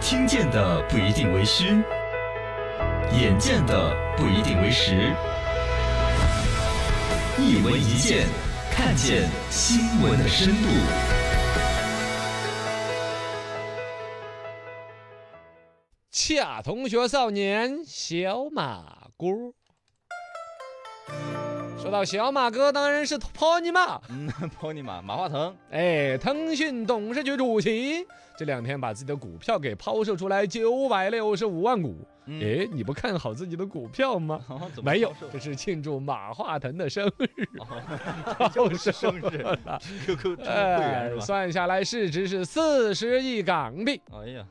听见的不一定为虚，眼见的不一定为实。一文一见，看见新闻的深度。恰同学少年小马哥。说到小马哥，当然是 Pony 嘛。嗯，跑你妈，马化腾，哎，腾讯董事局主席这两天把自己的股票给抛售出来九百六十五万股。嗯哎、你不看好自己的股票吗？哦怎么 没有销售，这是庆祝马化腾的生日。哦 这不是生 日，QQ 会哎员是吧？哎算下来市值是四十亿港币。哎呀，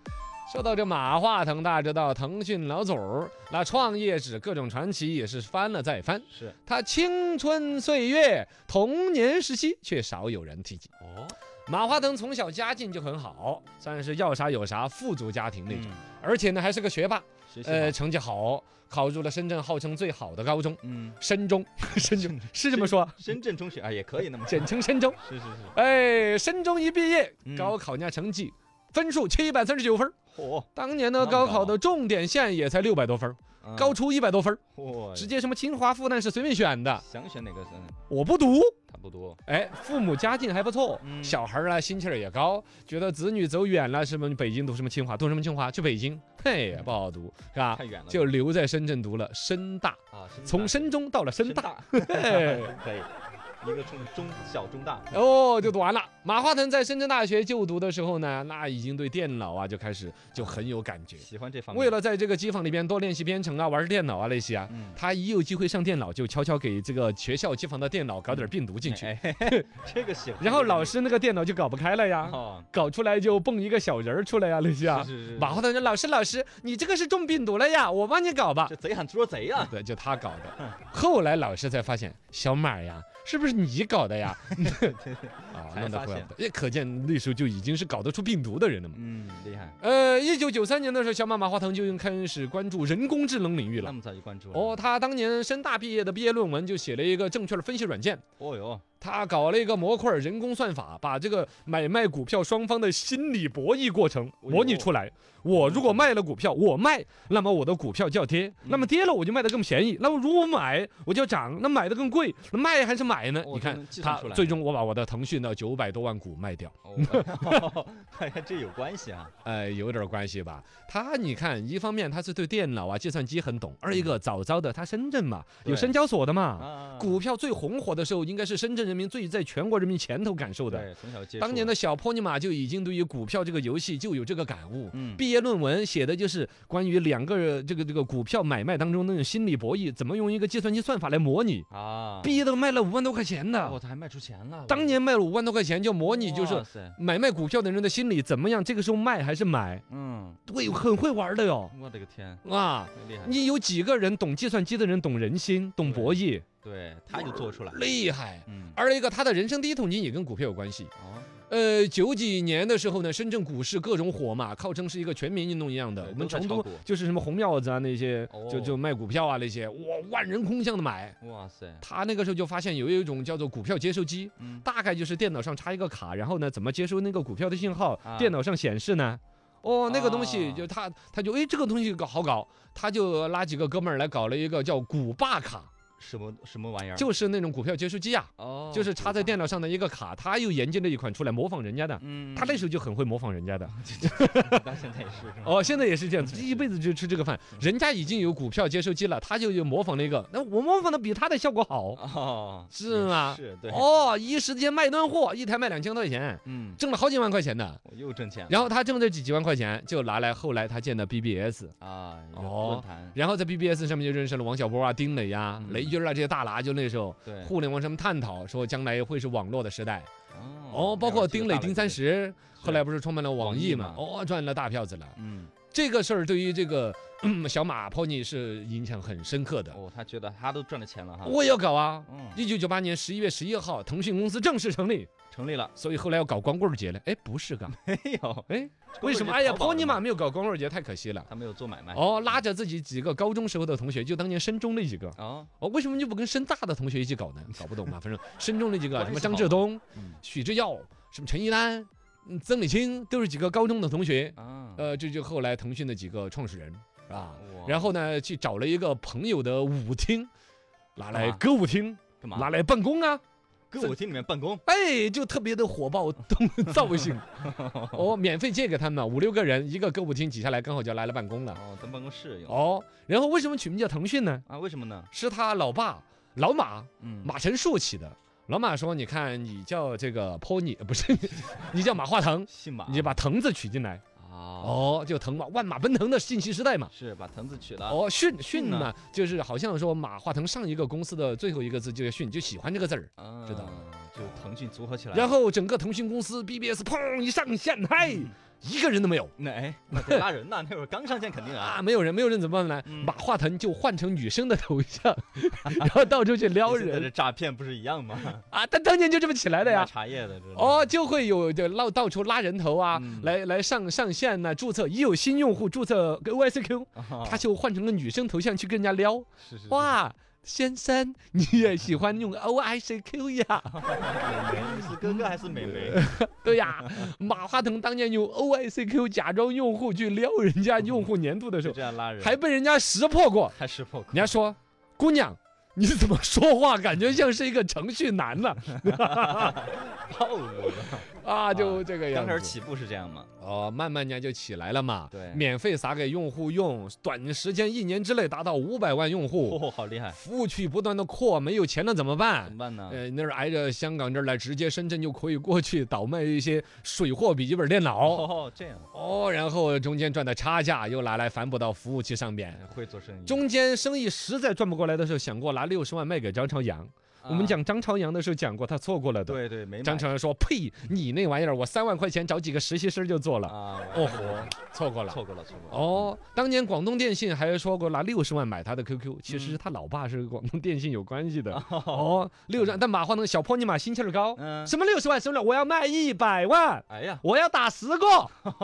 说到这马化腾，大家知道腾讯老总儿，那创业史各种传奇也是翻了再翻。是他青春岁月、童年时期却少有人提及。哦，马化腾从小家境就很好，算是要啥有啥富足家庭那种，嗯，而且呢还是个学霸，学习呃，好，成绩好，考入了深圳号称最好的高中嗯，深 中，深中是这么说啊，深圳中学啊也可以那么说，简称深中。是是是，哎，深中一毕业，嗯高考人家成绩分数七百三十九分儿，嚯，当年呢那么高啊高考的重点线也才六百多分儿，嗯高初一百多分儿，嚯，直接什么清华复旦是随便选的，想选哪个嗯，我不读。差不多，哎，父母家境还不错，嗯小孩儿啊心气儿也高，觉得子女走远了，什么北京读什么清华，读什么清华去北京，嘿，不好读是吧太？远了，就留在深圳读了深大，啊，深从大深中到了深深大，大嘿，可以，一个中中小中大，哦，就读完了。马化腾在深圳大学就读的时候呢，那已经对电脑啊就开始就很有感觉，喜欢这方面，为，了在这个机房里边多练习编程啊，玩电脑啊那些啊。嗯，他一有机会上电脑，就悄悄给这个学校机房的电脑搞点病毒进去， 哎， 这个喜欢，然后老师那个电脑就搞不开了呀。哦，搞出来就蹦一个小人儿出来呀、那些啊是。是是，马化腾说：“老师，老师，你这个是中病毒了呀，我帮你搞吧这。贼喊捉 贼啊”，对，就他搞的。后来老师才发现，小马呀，是不是你搞的 呀？啊，才弄得发怪现不得。也可见那时候就已经是搞得出病毒的人了嘛。嗯，厉害，呃，一九九三年的时候，小马马化腾就已经开始关注人工智能领域那了。么早就关注了，哦，哦，他当年深大毕业的毕业论文就写了一个证券分析软件，哦哟，他搞了一个模块人工算法，把这个买卖股票双方的心理博弈过程哎呦嗯模拟出来。我如果卖了股票，我卖，那么我的股票就要跌；那么跌了，我就卖得更便宜；那么如果买，我就要涨，那买得更贵，那卖还是买呢？哦你这看能计，算他出来最终我把我的腾讯的九百多万股卖掉，哦，哎呀，这有关系啊！呃，有点关系吧？他你看，一方面他是对电脑啊、计算机很懂，二一个早早的他深圳嘛，有嗯对深交所的嘛。啊，股票最红火的时候，应该是深圳人民最在全国人民前头感受的。对，从小接触。当年的小波尼玛就已经对于股票这个游戏就有这个感悟。嗯毕业论文写的就是关于两个这个这个股票买卖当中那种心理博弈，怎么用一个计算机算法来模拟。啊，毕业都卖了五万多块钱哦，呢，他还卖出钱了。啊当年卖了五万多块钱就模拟就是哇塞，买卖股票的人的心理怎么样，这个时候卖还是买，嗯，对，很会玩的哟。我的个天，啊，厉害！你有几个人懂计算机的人懂人心，懂博弈，对，他就做出来了。厉害。嗯，而一个他的人生第一桶金也跟股票有关系。哦，呃，九几年的时候呢，深圳股市各种火嘛，号称是一个全民运动一样的。对我们都在成炒都股就是什么红庙子啊那些，就哦就卖股票啊那些，哇，万人空巷的买。哇塞，他那个时候就发现有一种叫做股票接收机，嗯，大概就是电脑上插一个卡，然后呢，怎么接收那个股票的信号，啊电脑上显示呢？哦，那个东西啊就他他就哎这个东西搞好搞，他就拉几个哥们儿来搞了一个叫股霸卡，什么什么玩意儿？就是那种股票接收机啊，哦，就是插在股电脑上的一个卡，他又研究了一款出来模仿人家的 票，。嗯，他那时候就很会模仿人家的候，他现在也是 是吧？哦，现在也是这样子，一辈子就吃这个饭。人家已经有股票接收机了，他就有模仿了一个，那我模仿的比他的效果好，哦，是吗？是，对，哦，一时间卖断货，一台卖两千多块钱，嗯，挣了好几万块钱呢。我又挣钱了。然后他挣这几几万块钱，就拿来后来他建的 BBS，啊，有哦论坛，然后在 BBS 上面就认识了王小波啊、丁磊呀、嗯雷军啊这些大拿，就那时候。对，互联网上面探讨说将来会是网络的时代哦，哦包括丁磊、丁三，十，后来不是创办了网网易易嘛嘛，哦，赚了大票子了。那个人这个事儿对于这个、嗯、小马 pony 是影响很深刻知道了的这个嗯，。哦，他觉得他都赚了钱了哈。我也要搞啊！嗯，一九九八年十一月十一号，腾讯公司正式成立，成立了，所以后来要搞光棍节了。哎，不是个，没有，哎，为棍节什么？哎呀淘宝，pony 的嘛嘛没有搞光棍节，太可惜了。他没有做买卖。哦，拉着自己几个高中时候的同学，就当年深中那几个，哦，哦，为什么就不跟深大的同学一起搞呢？搞不懂嘛，反正深中那几个，关什系么张好志嘛东嗯、许志耀，什么陈一丹，嗯曾李青都是几个高中的同学，啊，哦呃，这就后来腾讯的几个创始人啊。哇然后呢，去找了一个朋友的舞厅，拿来干嘛歌舞厅，干拿嘛？来办公啊，歌舞厅里面办公，哎，就特别的火爆动造型。我免费借给他们五六个人，一个歌舞厅挤下来，刚好就来了办公了。哦，当办公室用。哦，然后为什么取名叫腾讯呢？啊，为什么呢？是他老爸老马嗯，马陈树起的。老马说：“你看，你叫这个 pony 呃不是，你叫马化腾，姓马，你就把腾字取进来，啊，哦，就腾马万马奔腾的信息时代嘛。”是把藤子取了。哦，迅迅迅呢嘛，就是好像说马化腾上一个公司的最后一个字就叫迅，就喜欢这个字儿。啊，知道就腾讯组合起来了。然后整个腾讯公司 BBS 砰一上线，嗯嗨，一个人都没有那哎，那得拉人呐，那会儿刚上线肯定啊，啊，没有人，没有人怎么办呢？嗯马化腾就换成女生的头像， 然后到处去撩跟现在人这诈骗不是一样吗？啊。他当年就这么 起来的卖呀。茶叶的这。哦，，就会有就到到处拉人头啊，嗯来来上上线呐、注册一有新用户注册个 YCQ，他就换成了女生头像去跟人家撩，啊哦是是是，哇，先生你也喜欢用 OICQ 呀？美眉是哥哥还是美眉？ 对呀，马化腾当年用 OICQ 假装用户去撩人家用户年度的时 就候，这样拉人，还被人家识破过。还识破人家说：“姑娘，你怎么说话感觉像是一个程序男呢暴露了。？”啊，就这个样刚子。开始起步是这样嘛？哦，慢慢人家就起来了嘛。对免费撒给用户用，短时间一年之内达到五百万用户，哦，好厉害，服务区不断的扩，没有钱了怎么怎办么？办呢？呃，那儿挨着香港这儿来，直接深圳就可以过去倒卖一些水货笔记本电脑。哦，这样哦，然后中间赚的差价又拿来反哺到服务器上边。哎会做生意。中间生意实在赚不过来的时候，想过拿六十万卖给张朝阳。我们啊讲张朝阳的时候讲过，他错过了的。对对，没张朝阳说：“呸，你那玩意儿，我三万块钱找几个实习生就做买了。啊，”哦豁，错过了。错过了，错过了。哦，当年广东电信还说过拿六十万买他的 QQ，其实他老爸是广东电信有关系的。哦，六十万，但马化腾小泼尼玛心气儿高，嗯，什么六十万什么了，我要卖一百万，哎呀，我要打十个，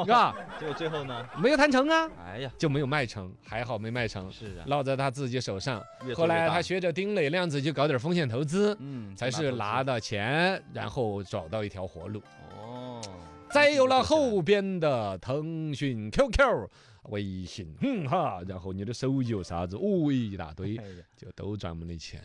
是吧？结果最后呢？没有谈成啊，哎呀，就没有卖成，还好没卖成，是啊，落在他自己手上。越后做越来大他学着丁磊那样子，就搞点风险投资，嗯才是拿到钱，然后找到一条活路。哦，再有了后边的腾讯、QQ、微信，哼哈，然后你的手机有啥子，哦一大哎堆，呀，就都赚不了钱。